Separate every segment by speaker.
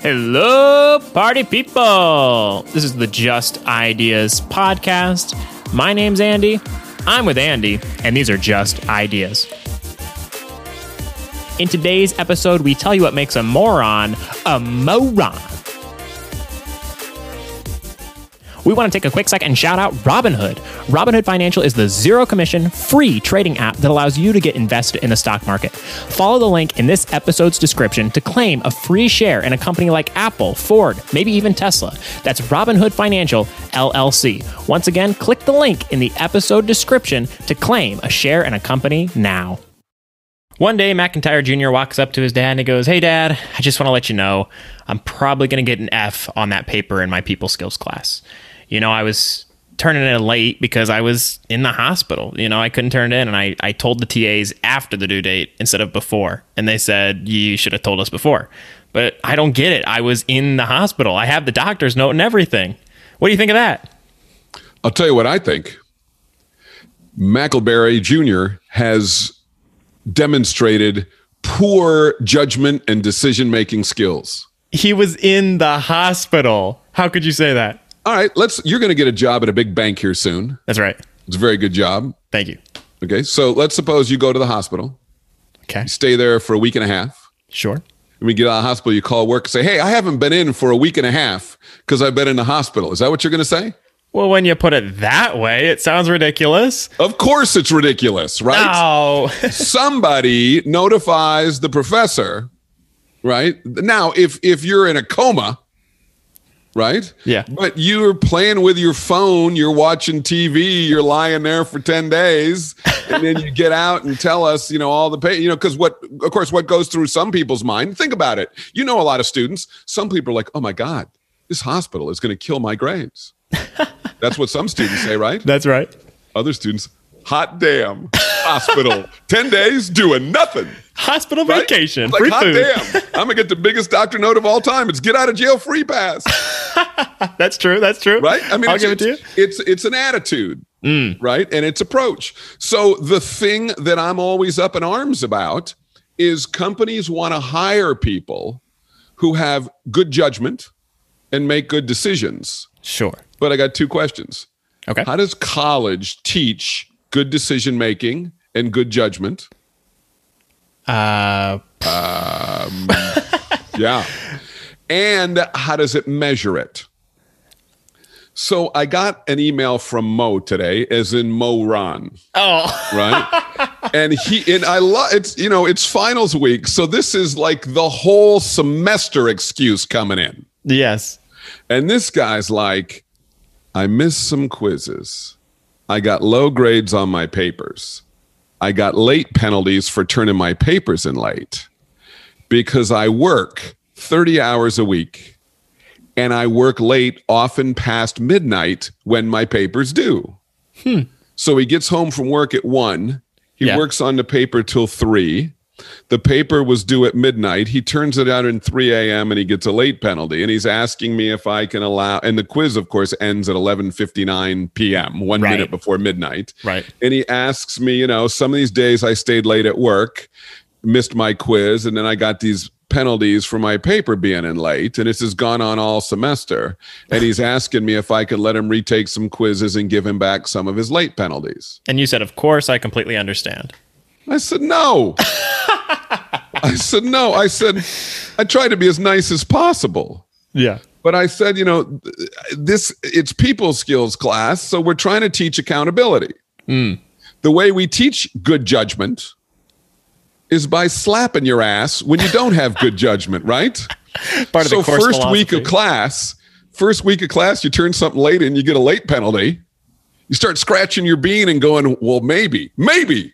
Speaker 1: Hello, party people. This is the Just Ideas podcast. My name's Andy. I'm with Andy, and these are just ideas. In today's episode, we tell you what makes a moron a moron. We want to take a quick second and shout out Robinhood. Robinhood Financial is the zero commission, free trading app that allows you to get invested in the stock market. Follow the link in this episode's description to claim a free share in a company like Apple, Ford, maybe even Tesla. That's Robinhood Financial, LLC. Once again, click the link in the episode description to claim a share in a company now. One day, McIntyre Jr. walks up to his dad and he goes, Hey, dad, I just want to let you know I'm probably going to get an F on that paper in my people skills class. You know, I was turning it in late because I was in the hospital. You know, I couldn't turn it in. And I, I told the TAs after the due date instead of before. And they said, You should have told us before. But I don't get it. I was in the hospital. I have the doctor's note and everything. What do you think of that?
Speaker 2: I'll tell you what I think. McElberry Jr. has demonstrated poor judgment and decision making skills.
Speaker 1: He was in the hospital. How could you say that?
Speaker 2: All right, let's you're going to get a job at a big bank here soon.
Speaker 1: That's right.
Speaker 2: It's a very good job.
Speaker 1: Thank you.
Speaker 2: Okay, so let's suppose you go to the hospital,
Speaker 1: Okay.
Speaker 2: stay there for a week and a half.
Speaker 1: Sure.
Speaker 2: When you get out of the hospital, you call work and say, Hey, I haven't been in for a week and a half because I've been in the hospital. Is that what you're going to say?
Speaker 1: Well, when you put it that way, it sounds ridiculous.
Speaker 2: Of course, it's ridiculous, right?
Speaker 1: Oh,
Speaker 2: somebody notifies the professor, right? Now, if if you're in a coma, right?
Speaker 1: Yeah.
Speaker 2: But you're playing with your phone, you're watching TV, you're lying there for 10 days, and then you get out and tell us, you know, all the pain, you know, because what of course what goes through some people's mind, think about it. You know a lot of students, some people are like, oh my God, this hospital is gonna kill my grades. That's what some students say, right?
Speaker 1: that's right.
Speaker 2: Other students, hot damn, hospital, 10 days doing nothing.
Speaker 1: Hospital
Speaker 2: right?
Speaker 1: vacation,
Speaker 2: It's like,
Speaker 1: free
Speaker 2: hot
Speaker 1: food.
Speaker 2: damn, I'm gonna get the biggest doctor note of all time. It's get out of jail free pass,
Speaker 1: That's true. That's true.
Speaker 2: right? I mean,
Speaker 1: I'll
Speaker 2: it's,
Speaker 1: give it to you. Mm.
Speaker 2: it's, It's it's an attitude, right, and it's approach. So the thing that I'm always up in arms about is companies want to hire people who have good judgment and make good decisions.
Speaker 1: Sure.
Speaker 2: But I got two questions.
Speaker 1: Okay.
Speaker 2: How does college teach good decision making and good judgment?
Speaker 1: Uh,
Speaker 2: Yeah. And how does it measure it? So I got an email from Mo today, as in Mo Ron,
Speaker 1: oh,
Speaker 2: right? and he and I love it's you know it's finals week, so this is like the whole semester excuse coming in.
Speaker 1: yes.
Speaker 2: And this guy's like, I missed some quizzes. I got low grades on my papers. I got late penalties for turning my papers in late because I work 30 hours a week and I work late, often past midnight when my papers due. So he gets home from work at one. He
Speaker 1: Yeah.
Speaker 2: works on the paper till three. The paper was due at midnight. He turns it out in 3 a.m. and he gets a late penalty. And he's asking me if I can allow. And the quiz, of course, ends at 11:59 p.m. One
Speaker 1: Right.
Speaker 2: minute before midnight.
Speaker 1: Right.
Speaker 2: And he asks me, you know, some of these days I stayed late at work, missed my quiz, and then I got these penalties for my paper being in late. And this has gone on all semester. And he's asking me if I could let him retake some quizzes and give him back some of his late penalties.
Speaker 1: And you said, of course, I completely understand.
Speaker 2: I said, no. I said, no. I said, I tried to be as nice as possible.
Speaker 1: Yeah.
Speaker 2: But I said, you know, th- this, it's people skills class. So we're trying to teach accountability. The way we teach good judgment is by slapping your ass when you don't have good judgment, right?
Speaker 1: Part of
Speaker 2: so
Speaker 1: the course
Speaker 2: first week
Speaker 1: philosophy.
Speaker 2: of class, first week of class, you turn something late and you get a late penalty. You start scratching your bean and going, well, maybe, maybe,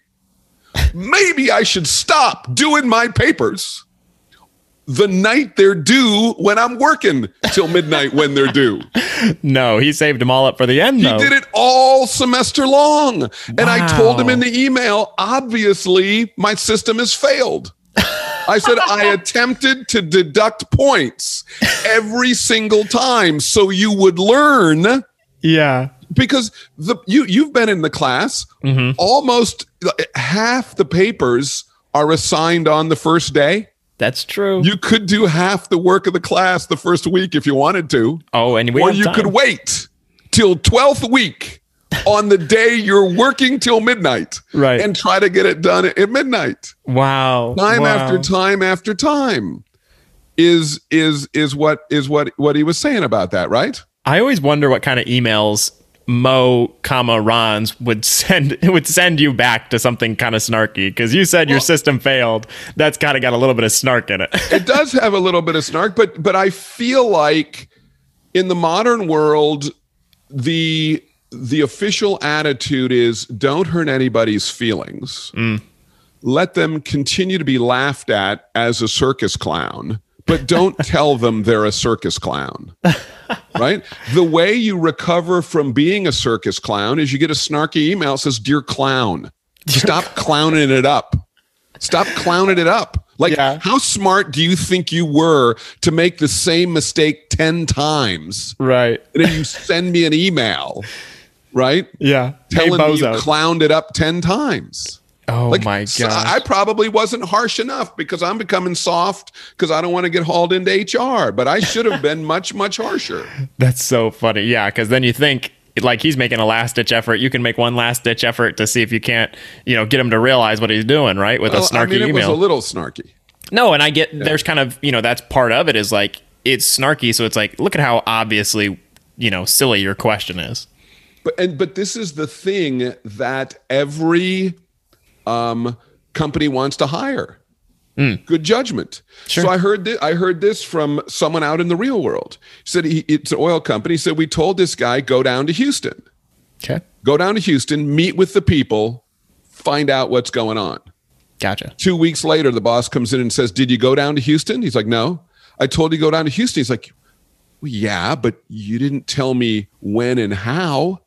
Speaker 2: maybe I should stop doing my papers the night they're due when I'm working till midnight when they're due.
Speaker 1: No, he saved them all up for the end,
Speaker 2: He
Speaker 1: though.
Speaker 2: did it all semester long. And I told him in the email, obviously, my system has failed. I said, I attempted to deduct points every single time so you would learn
Speaker 1: Yeah.
Speaker 2: because the you you've been in the class almost half the papers are assigned on the first day
Speaker 1: That's true.
Speaker 2: You could do half the work of the class the first week if you wanted to,
Speaker 1: oh, and we
Speaker 2: or
Speaker 1: have
Speaker 2: you
Speaker 1: time.
Speaker 2: could wait till 12th week on the day you're working till midnight
Speaker 1: Right.
Speaker 2: and try to get it done at midnight.
Speaker 1: Wow.
Speaker 2: Time
Speaker 1: wow.
Speaker 2: after time after time is is is what is what what he was saying about that, right?
Speaker 1: I always wonder what kind of emails Mo, comma Rons would send would send you back to something kind of snarky because you said your system failed. That's kind of got a little bit of snark in it.
Speaker 2: it does have a little bit of snark, but but I feel like in the modern world, the the official attitude is don't hurt anybody's feelings. Let them continue to be laughed at as a circus clown, but don't tell them they're a circus clown. right? The way you recover from being a circus clown is you get a snarky email that says, Dear clown, stop clowning it up. Stop clowning it up. Like,
Speaker 1: Yeah.
Speaker 2: how smart do you think you were to make the same mistake 10 times?
Speaker 1: right.
Speaker 2: And then you send me an email, right?
Speaker 1: Yeah. Hey,
Speaker 2: Telling me you
Speaker 1: bozo.
Speaker 2: clowned it up 10 times.
Speaker 1: oh
Speaker 2: Like,
Speaker 1: my
Speaker 2: so I
Speaker 1: god.
Speaker 2: probably wasn't harsh enough because I'm becoming soft because I don't want to get hauled into HR, but I should have been much, much harsher.
Speaker 1: That's so funny. Yeah, because then you think like he's making a last ditch effort. You can make one last ditch effort to see if you can't, you know, get him to realize what he's doing, right? With a
Speaker 2: Well,
Speaker 1: snarky
Speaker 2: I mean, it
Speaker 1: email.
Speaker 2: was a little snarky.
Speaker 1: No, and I get there's kind of you know that's part of it is like it's snarky, so it's like look at how obviously you know silly your question is.
Speaker 2: But and but this is the thing that every um, company wants to hire. Good judgment. So I heard this. I heard this from someone out in the real world. He said he, it's an oil company. He said we told this guy go down to Houston.
Speaker 1: Okay,
Speaker 2: Go down to Houston. Meet with the people. Find out what's going on.
Speaker 1: gotcha.
Speaker 2: Two weeks later, the boss comes in and says, "Did you go down to Houston?" He's like, "No, I told you to go down to Houston." He's like, well, "Yeah, but you didn't tell me when and how."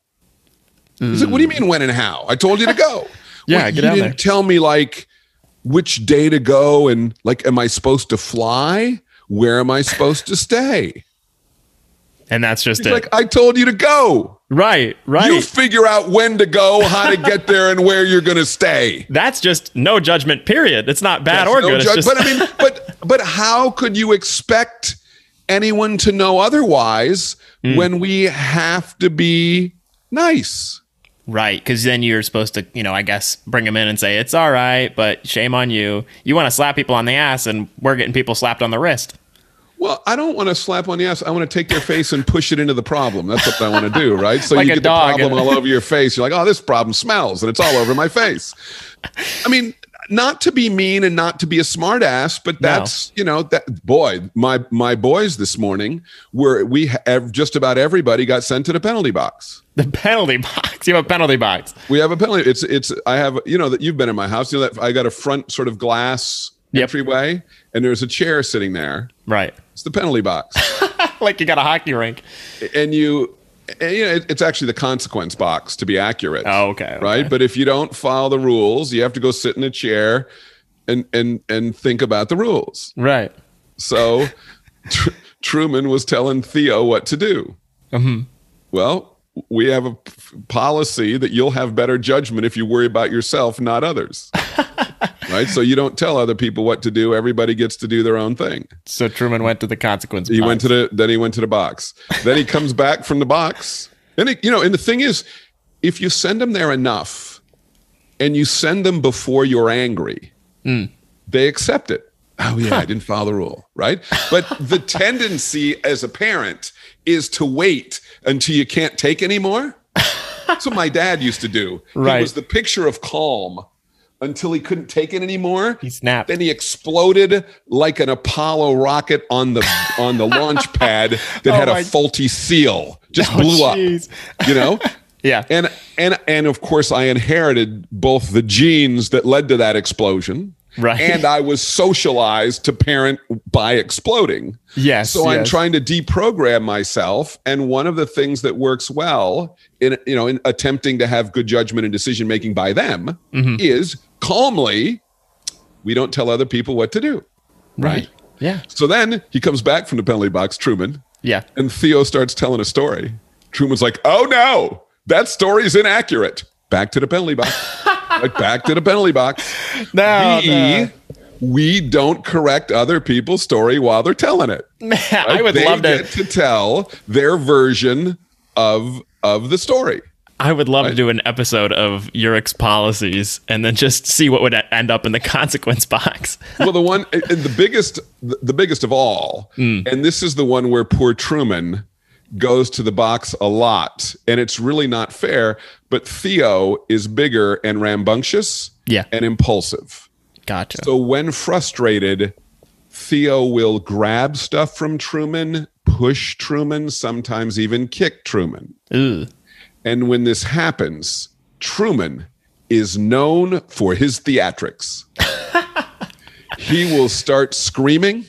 Speaker 2: He's like, "What do you mean when and how? I told you to go."
Speaker 1: Yeah,
Speaker 2: "Well,
Speaker 1: get
Speaker 2: you
Speaker 1: down
Speaker 2: didn't
Speaker 1: there."
Speaker 2: tell me like which day to go and like, am I supposed to fly? Where am I supposed to stay?
Speaker 1: And that's just
Speaker 2: He's
Speaker 1: it.
Speaker 2: like, I told you to go.
Speaker 1: right, right.
Speaker 2: You figure out when to go, how to get there, and where you're going to stay.
Speaker 1: that's just no judgment. Period. It's not bad or
Speaker 2: No
Speaker 1: good.
Speaker 2: judge-
Speaker 1: it's just
Speaker 2: but I mean, but but how could you expect anyone to know otherwise
Speaker 1: Hmm.
Speaker 2: when we have to be nice?
Speaker 1: right because then you're supposed to you know I guess bring them in and say it's all right, but shame on you. You want to slap people on the ass, and we're getting people slapped on the wrist.
Speaker 2: Well, I don't want to slap on the ass. I want to take their face and push it into the problem. That's what I want to do, right? So
Speaker 1: Like
Speaker 2: you
Speaker 1: a
Speaker 2: get
Speaker 1: dog.
Speaker 2: the problem all over your face. You're like, oh, this problem smells, and it's all over my face. I mean, not to be mean and not to be a smartass, but that's you know that boy, my my boys this morning were we ha- ev- just about everybody got sent to the penalty box.
Speaker 1: The penalty box. You have a penalty box.
Speaker 2: We have a penalty. It's it's I have you know that you've been in my house. You know that I got a front sort of glass
Speaker 1: Yep.
Speaker 2: entryway, and there's a chair sitting there.
Speaker 1: Right.
Speaker 2: It's the penalty box,
Speaker 1: like you got a hockey rink.
Speaker 2: and you. And, you know, it- it's actually the consequence box to be accurate.
Speaker 1: Oh, okay, okay.
Speaker 2: Right. But if you don't follow the rules, you have to go sit in a chair and and and think about the rules.
Speaker 1: Right.
Speaker 2: So Tr- Truman was telling Theo what to do. Well, we have a p- policy that you'll have better judgment if you worry about yourself, not others. right? So you don't tell other people what to do. Everybody gets to do their own thing.
Speaker 1: So Truman went to the consequence.
Speaker 2: He went to the then he went to the box. Then he comes back from the box. And it, you know, and the thing is, if you send them there enough and you send them before you're angry, they accept it. Hmm. Oh yeah, I didn't follow the rule, right? But the tendency as a parent is to wait until you can't take anymore. That's what my dad used to do.
Speaker 1: Right.
Speaker 2: He was the picture of calm until he couldn't take it anymore.
Speaker 1: He snapped.
Speaker 2: Then he exploded like an Apollo rocket on the on the launch pad that had
Speaker 1: Oh my- Oh,
Speaker 2: a faulty seal. Just blew
Speaker 1: jeez.
Speaker 2: up. You know?
Speaker 1: Yeah.
Speaker 2: And and and of course I inherited both the genes that led to that explosion.
Speaker 1: Right.
Speaker 2: And I was socialized to parent by exploding.
Speaker 1: Yes,
Speaker 2: So I'm
Speaker 1: yes.
Speaker 2: trying to deprogram myself. And one of the things that works well in you know in attempting to have good judgment and decision making by them
Speaker 1: Mm-hmm.
Speaker 2: is calmly, we don't tell other people what to do.
Speaker 1: right. Yeah.
Speaker 2: So then he comes back from the penalty box, Truman,
Speaker 1: Yeah.
Speaker 2: and Theo starts telling a story. Truman's like, "Oh no, that story's inaccurate." Back to the penalty box. like back to the penalty box.
Speaker 1: Oh, No,
Speaker 2: we we don't correct other people's story while they're telling it.
Speaker 1: I would
Speaker 2: they
Speaker 1: love to.
Speaker 2: get to tell their version of of the story.
Speaker 1: I would love to do an episode of Urich's policies and then just see what would e- end up in the consequence box.
Speaker 2: well, the one, and the biggest, the biggest of all, and this is the one where poor Truman goes to the box a lot, and it's really not fair. But Theo is bigger and rambunctious,
Speaker 1: Yeah.
Speaker 2: and impulsive.
Speaker 1: Gotcha.
Speaker 2: So when frustrated, Theo will grab stuff from Truman, push Truman, sometimes even kick Truman.
Speaker 1: Ooh.
Speaker 2: And when this happens, Truman is known for his theatrics. he will start screaming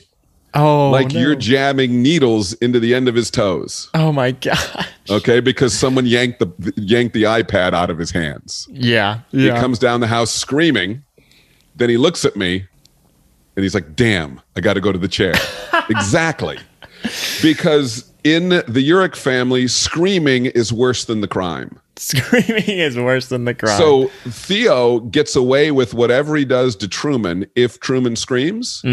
Speaker 1: Oh,
Speaker 2: like
Speaker 1: no.
Speaker 2: you're jamming needles into the end of his toes.
Speaker 1: oh my god.
Speaker 2: Okay, because someone yanked the yanked the iPad out of his hands.
Speaker 1: Yeah.
Speaker 2: He comes down the house screaming. Then he looks at me and he's like, damn, I got to go to the chair. exactly. Because in the Urich family, screaming is worse than the crime.
Speaker 1: Screaming is worse than the crime.
Speaker 2: So Theo gets away with whatever he does to Truman if Truman screams,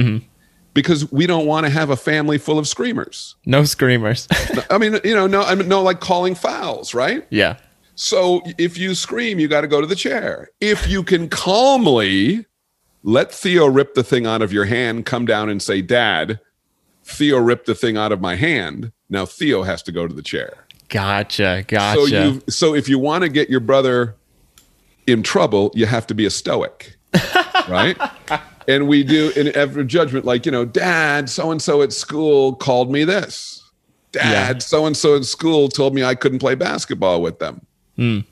Speaker 2: because we don't want to have a family full of screamers.
Speaker 1: no screamers.
Speaker 2: I mean, you know, no, I mean, no, like calling fouls, right?
Speaker 1: yeah.
Speaker 2: So if you scream, you got to go to the chair. If you can calmly let Theo rip the thing out of your hand, come down and say, Dad, Theo ripped the thing out of my hand. Now Theo has to go to the chair.
Speaker 1: Gotcha. Gotcha.
Speaker 2: So you so if you want to get your brother in trouble, you have to be a stoic. right? And we do in every judgment, like, you know, dad, so and so at school called me this. Dad, so and so at school told me I couldn't play basketball with them. And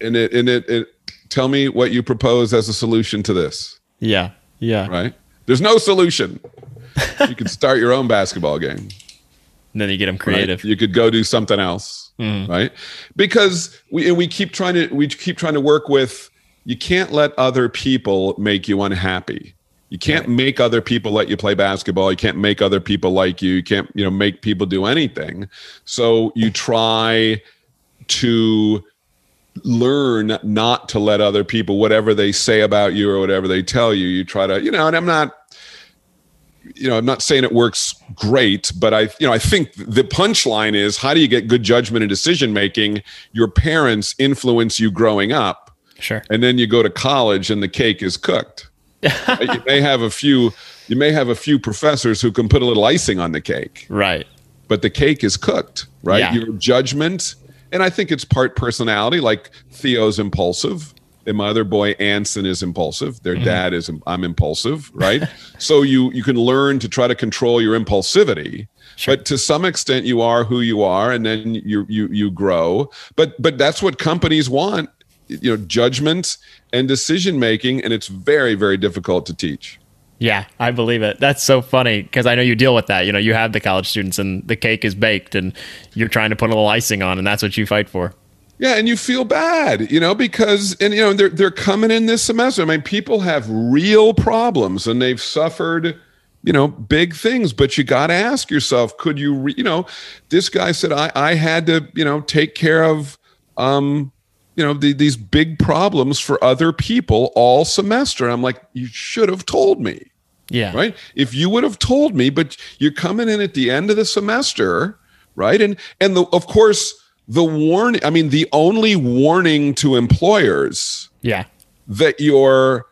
Speaker 2: it and it, it tell me what you propose as a solution to this,
Speaker 1: yeah. Yeah.
Speaker 2: right? There's no solution. you could start your own basketball game.
Speaker 1: And then you get them
Speaker 2: right?
Speaker 1: creative.
Speaker 2: You could go do something else, right? Because we and we keep trying to we keep trying to work with. You can't let other people make you unhappy. You can't make other people let you play basketball. You can't make other people like you. You can't you know make people do anything. So you try to learn not to let other people whatever they say about you or whatever they tell you you try to you know and i'm not you know, I'm not saying it works great, but I, you know, I think the punchline is how do you get good judgment and decision making? Your parents influence you growing up,
Speaker 1: Sure.
Speaker 2: and then you go to college and the cake is cooked. you may have a few, you may have a few professors who can put a little icing on the cake,
Speaker 1: Right.
Speaker 2: but the cake is cooked, right?
Speaker 1: Yeah.
Speaker 2: Your judgment, and I think it's part personality. Like Theo's impulsive, and my other boy Anson is impulsive. Their dad is I'm impulsive, right? so you you can learn to try to control your impulsivity, but to some extent you are who you are, and then you you you grow. But but that's what companies want, you know, judgment and decision making, and it's very very difficult to teach.
Speaker 1: Yeah, I believe it. That's so funny because I know you deal with that. You know, you have the college students and the cake is baked and you're trying to put a little icing on and that's what you fight for.
Speaker 2: Yeah, and you feel bad, you know, because and you know they're they're coming in this semester. I mean, people have real problems and they've suffered, you know, big things. But you got to ask yourself, could you, re- you know, this guy said I I had to, you know, take care of, um, you know, the, these big problems for other people all semester. And I'm like, you should have told me
Speaker 1: Yeah.
Speaker 2: right if you would have told me but you're coming in at the end of the semester right and and the, of course the warning i mean the only warning to employers
Speaker 1: Yeah.
Speaker 2: that your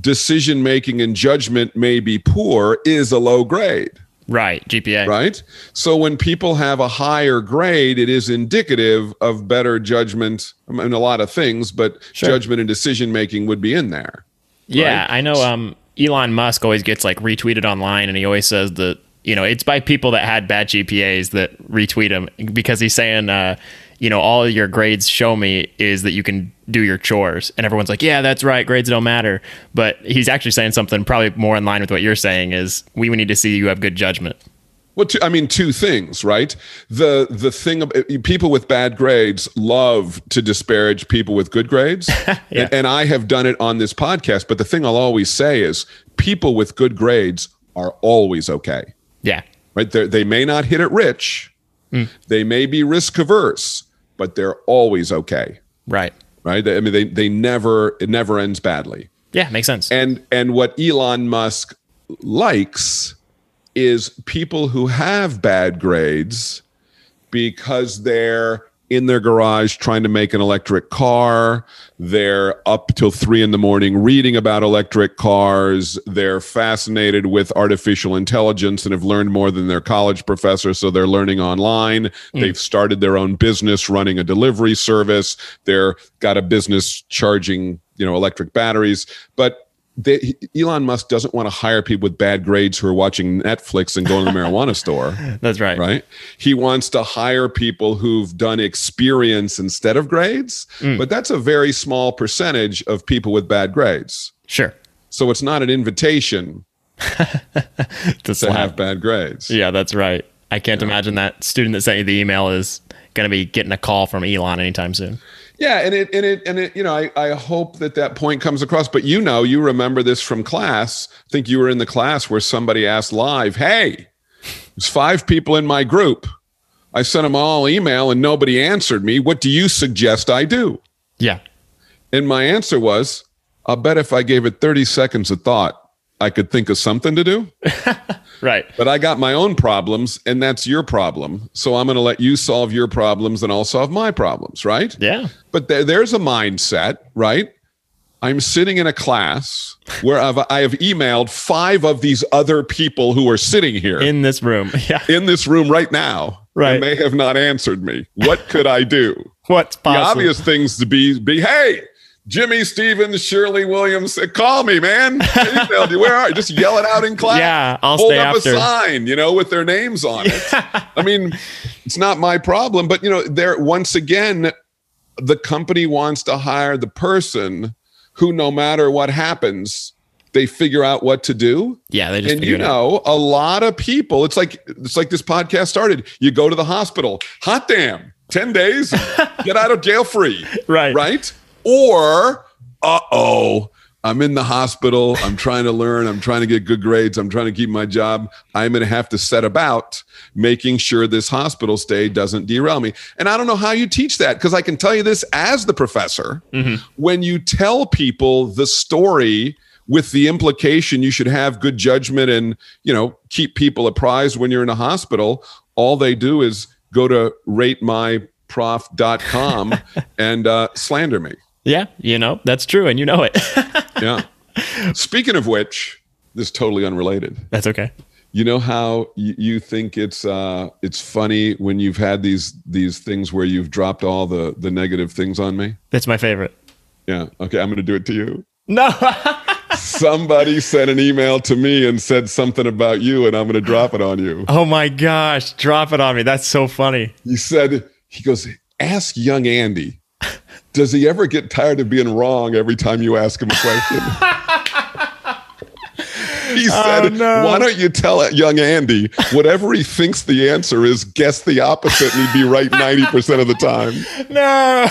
Speaker 2: decision making and judgment may be poor is a low grade
Speaker 1: Right. GPA.
Speaker 2: right so when people have a higher grade it is indicative of better judgment I mean, a lot of things but judgment and decision making would be in there
Speaker 1: Yeah, I know. Um, Elon Musk always gets like retweeted online, and he always says that you know it's by people that had bad GPAs that retweet him because he's saying, uh, you know, all your grades show me is that you can do your chores, and everyone's like, yeah, that's right, grades don't matter. But he's actually saying something probably more in line with what you're saying is we would need to see you have good judgment.
Speaker 2: Well, two, I mean, two things, right? The the thing about people with bad grades love to disparage people with good grades, and, and I have done it on this podcast. But the thing I'll always say is, people with good grades are always okay,
Speaker 1: Yeah,
Speaker 2: right? They're, they may not hit it rich, they may be risk averse, but they're always okay,
Speaker 1: right.
Speaker 2: right? They- I mean, they they never it never ends badly.
Speaker 1: Yeah, makes sense.
Speaker 2: And and what Elon Musk likes is people who have bad grades because they're in their garage trying to make an electric car. They're up till three in the morning reading about electric cars. They're fascinated with artificial intelligence and have learned more than their college professor. So they're learning online. They've started their own business running a delivery service. They're got a business charging, you know, electric batteries. But they, Elon Musk doesn't want to hire people with bad grades who are watching Netflix and going to the marijuana store
Speaker 1: That's right.
Speaker 2: right? He wants to hire people who've done experience instead of grades, but that's a very small percentage of people with bad grades.
Speaker 1: Sure.
Speaker 2: So it's not an invitation
Speaker 1: To
Speaker 2: to
Speaker 1: slap.
Speaker 2: have bad grades.
Speaker 1: Yeah, that's right. I can't imagine that student that sent you the email is going to be getting a call from Elon anytime soon.
Speaker 2: Yeah, and it and it and it, you know, I, I hope that that point comes across. But you know, you remember this from class. I think you were in the class where somebody asked live, "Hey, there's five people in my group. I sent them all email and nobody answered me. What do you suggest I do?"
Speaker 1: Yeah.
Speaker 2: And my answer was, I'll bet if I gave it 30 seconds of thought, I could think of something to do.
Speaker 1: Right.
Speaker 2: But I got my own problems, and that's your problem. So I'm going to let you solve your problems, and I'll solve my problems, right?
Speaker 1: Yeah.
Speaker 2: But there, there's a mindset, right? I'm sitting in a class where I've, I have emailed five of these other people who are sitting here in,
Speaker 1: In this room. Yeah.
Speaker 2: this room right now.
Speaker 1: Right.
Speaker 2: And they have not answered me. What could I do?
Speaker 1: What's
Speaker 2: the
Speaker 1: possible?
Speaker 2: obvious things to be be hey jimmy stevens shirley williams uh, call me man I emailed you. where are you just yell it out in class
Speaker 1: Yeah, I'll
Speaker 2: hold
Speaker 1: stay
Speaker 2: up
Speaker 1: after.
Speaker 2: a sign you know with their names on it i mean it's not my problem but you know there once again the company wants to hire the person who no matter what happens they figure out what to do
Speaker 1: Yeah, they just
Speaker 2: and you
Speaker 1: figured it out.
Speaker 2: know a lot of people it's like it's like this podcast started you go to the hospital hot damn 10 days get out of jail free
Speaker 1: Right.
Speaker 2: right or uh-oh i'm in the hospital i'm trying to learn i'm trying to get good grades i'm trying to keep my job i'm going to have to set about making sure this hospital stay doesn't derail me and i don't know how you teach that because i can tell you this as the professor when you tell people the story with the implication you should have good judgment and you know keep people apprised when you're in a hospital all they do is go to ratemyprof.com and uh, slander me
Speaker 1: Yeah. You know, that's true. And you know it.
Speaker 2: yeah speaking of which this is totally unrelated
Speaker 1: that's okay.
Speaker 2: you know how you, you think it's uh, it's funny when you've had these these things where you've dropped all the the negative things on me
Speaker 1: That's my favorite.
Speaker 2: yeah okay i'm gonna do it to you
Speaker 1: No.
Speaker 2: somebody sent an email to me and said something about you and i'm going to drop it on you
Speaker 1: oh my gosh. Drop it on me. That's so funny.
Speaker 2: he said he goes ask young andy does he ever get tired of being wrong every time you ask him a question he said
Speaker 1: no.
Speaker 2: why don't you tell young andy whatever he thinks the answer is guess the opposite and he'd be right 90% of the time
Speaker 1: No.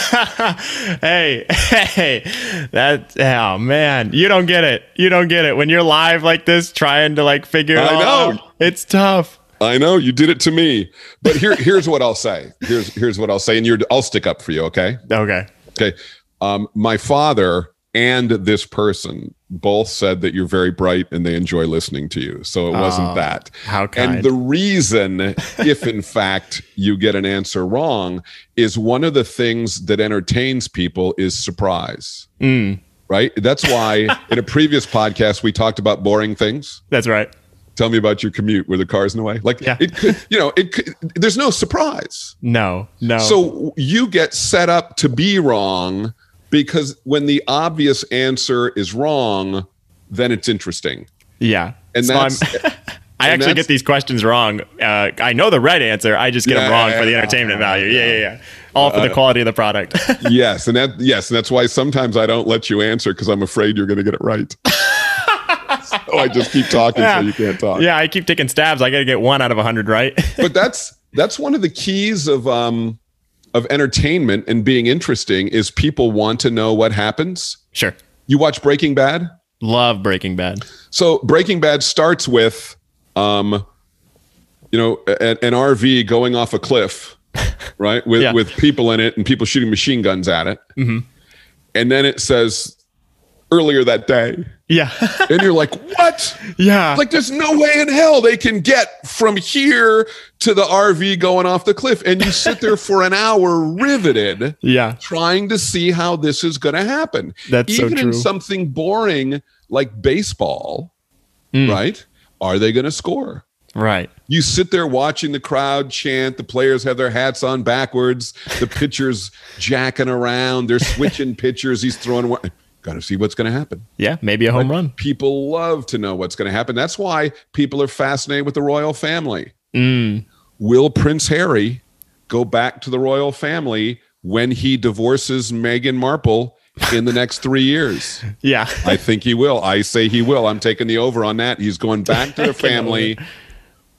Speaker 1: hey, hey, that, oh man, you don't get it. You don't get it. When you're live like this, trying to like figure it
Speaker 2: I
Speaker 1: all
Speaker 2: know.
Speaker 1: out, it's tough.
Speaker 2: I know you did it to me, but here, here's what I'll say. Here's here's what I'll say, and you're I'll stick up for you. Okay.
Speaker 1: Okay.
Speaker 2: Okay. Um, my father and this person both said that you're very bright and they enjoy listening to you. So it wasn't that.
Speaker 1: Oh, how
Speaker 2: And
Speaker 1: kind.
Speaker 2: the reason, if in fact you get an answer wrong, is one of the things that entertains people is surprise.
Speaker 1: Mm.
Speaker 2: Right? That's why in a previous podcast we talked about boring things
Speaker 1: That's right.
Speaker 2: tell me about your commute where the car's in the way like
Speaker 1: Yeah.
Speaker 2: it could you know it could there's no surprise
Speaker 1: No, no.
Speaker 2: so you get set up to be wrong because when the obvious answer is wrong then it's interesting
Speaker 1: yeah.
Speaker 2: and
Speaker 1: So
Speaker 2: that's
Speaker 1: I'm- I
Speaker 2: and
Speaker 1: actually get
Speaker 2: that's-
Speaker 1: these questions wrong. Uh, I know the right answer. I just get
Speaker 2: Yeah,
Speaker 1: them wrong
Speaker 2: yeah,
Speaker 1: for the
Speaker 2: yeah. Uh,
Speaker 1: entertainment value. Yeah, yeah, yeah. All for the quality of the product.
Speaker 2: yes and that yes and that's why sometimes i don't let you answer because i'm afraid you're going to get it right so i just keep talking
Speaker 1: Yeah.
Speaker 2: so you can't talk
Speaker 1: yeah, I keep taking stabs. I got to get one out of a 100 right.
Speaker 2: but that's that's one of the keys of um of entertainment and being interesting is people want to know what happens
Speaker 1: sure.
Speaker 2: you watch breaking bad
Speaker 1: Love Breaking Bad.
Speaker 2: So Breaking Bad starts with, um, you know, a- an RV going off a cliff, right? With
Speaker 1: Yeah.
Speaker 2: with people in it and people shooting machine guns at it, and then it says earlier that day.
Speaker 1: Yeah.
Speaker 2: And you're like, what?
Speaker 1: yeah.
Speaker 2: Like, there's no way in hell they can get from here to the RV going off the cliff. And you sit there for an hour riveted,
Speaker 1: yeah.
Speaker 2: trying to see how this is going to happen.
Speaker 1: That's so
Speaker 2: Even in
Speaker 1: true.
Speaker 2: something boring like baseball,
Speaker 1: Hmm.
Speaker 2: right? Are they going to score?
Speaker 1: Right.
Speaker 2: you sit there watching the crowd chant the players have their hats on backwards the pitchers jacking around they're switching pitchers he's throwing one gotta see what's gonna happen
Speaker 1: Yeah. Maybe a home run.
Speaker 2: people love to know what's gonna happen that's why people are fascinated with the royal family will prince harry go back to the royal family when he divorces meghan markle in the next three years
Speaker 1: Yeah.
Speaker 2: I think he will. I say he will. I'm taking the over on that. He's going back to the family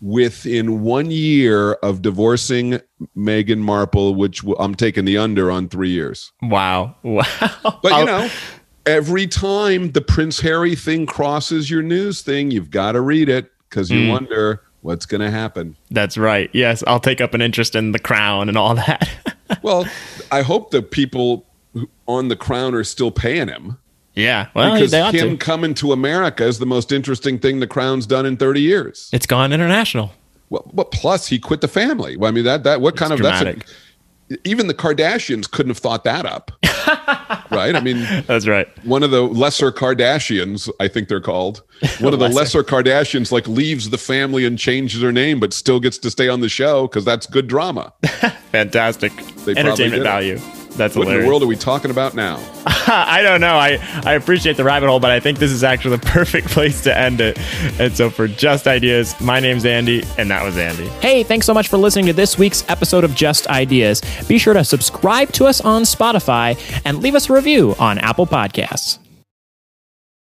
Speaker 2: within one year of divorcing Meghan Markle, which w- I'm taking the under on three years.
Speaker 1: Wow. Wow.
Speaker 2: But you know, every time the Prince Harry thing crosses your news thing, you've got to read it because
Speaker 1: Hmm.
Speaker 2: you wonder what's going to happen.
Speaker 1: That's right. Yes, I'll take up an interest in the crown and all that.
Speaker 2: well, I hope the people who- on the crown are still paying him.
Speaker 1: yeah. Well,
Speaker 2: Because
Speaker 1: they ought
Speaker 2: him
Speaker 1: to.
Speaker 2: coming to America is the most interesting thing the crown's done in 30 years.
Speaker 1: It's gone international.
Speaker 2: Well, but plus he quit the family. Well, I mean that that what kind
Speaker 1: It's
Speaker 2: of
Speaker 1: dramatic.
Speaker 2: that's a, even the Kardashians couldn't have thought that up, right? I mean,
Speaker 1: That's right.
Speaker 2: one of the lesser Kardashians, I think they're called, one of the lesser Kardashians, like leaves the family and changes her name, but still gets to stay on the show because that's good drama.
Speaker 1: Fantastic
Speaker 2: probably did
Speaker 1: entertainment
Speaker 2: it.
Speaker 1: value. That's
Speaker 2: What in
Speaker 1: hilarious.
Speaker 2: the world are we talking about now?
Speaker 1: I don't know. I, I appreciate the rabbit hole, but I think this is actually the perfect place to end it. And so, for Just Ideas, my name's Andy, and that was Andy.
Speaker 3: Hey, thanks so much for listening to this week's episode of Just Ideas. Be sure to subscribe to us on Spotify and leave us a review on Apple Podcasts.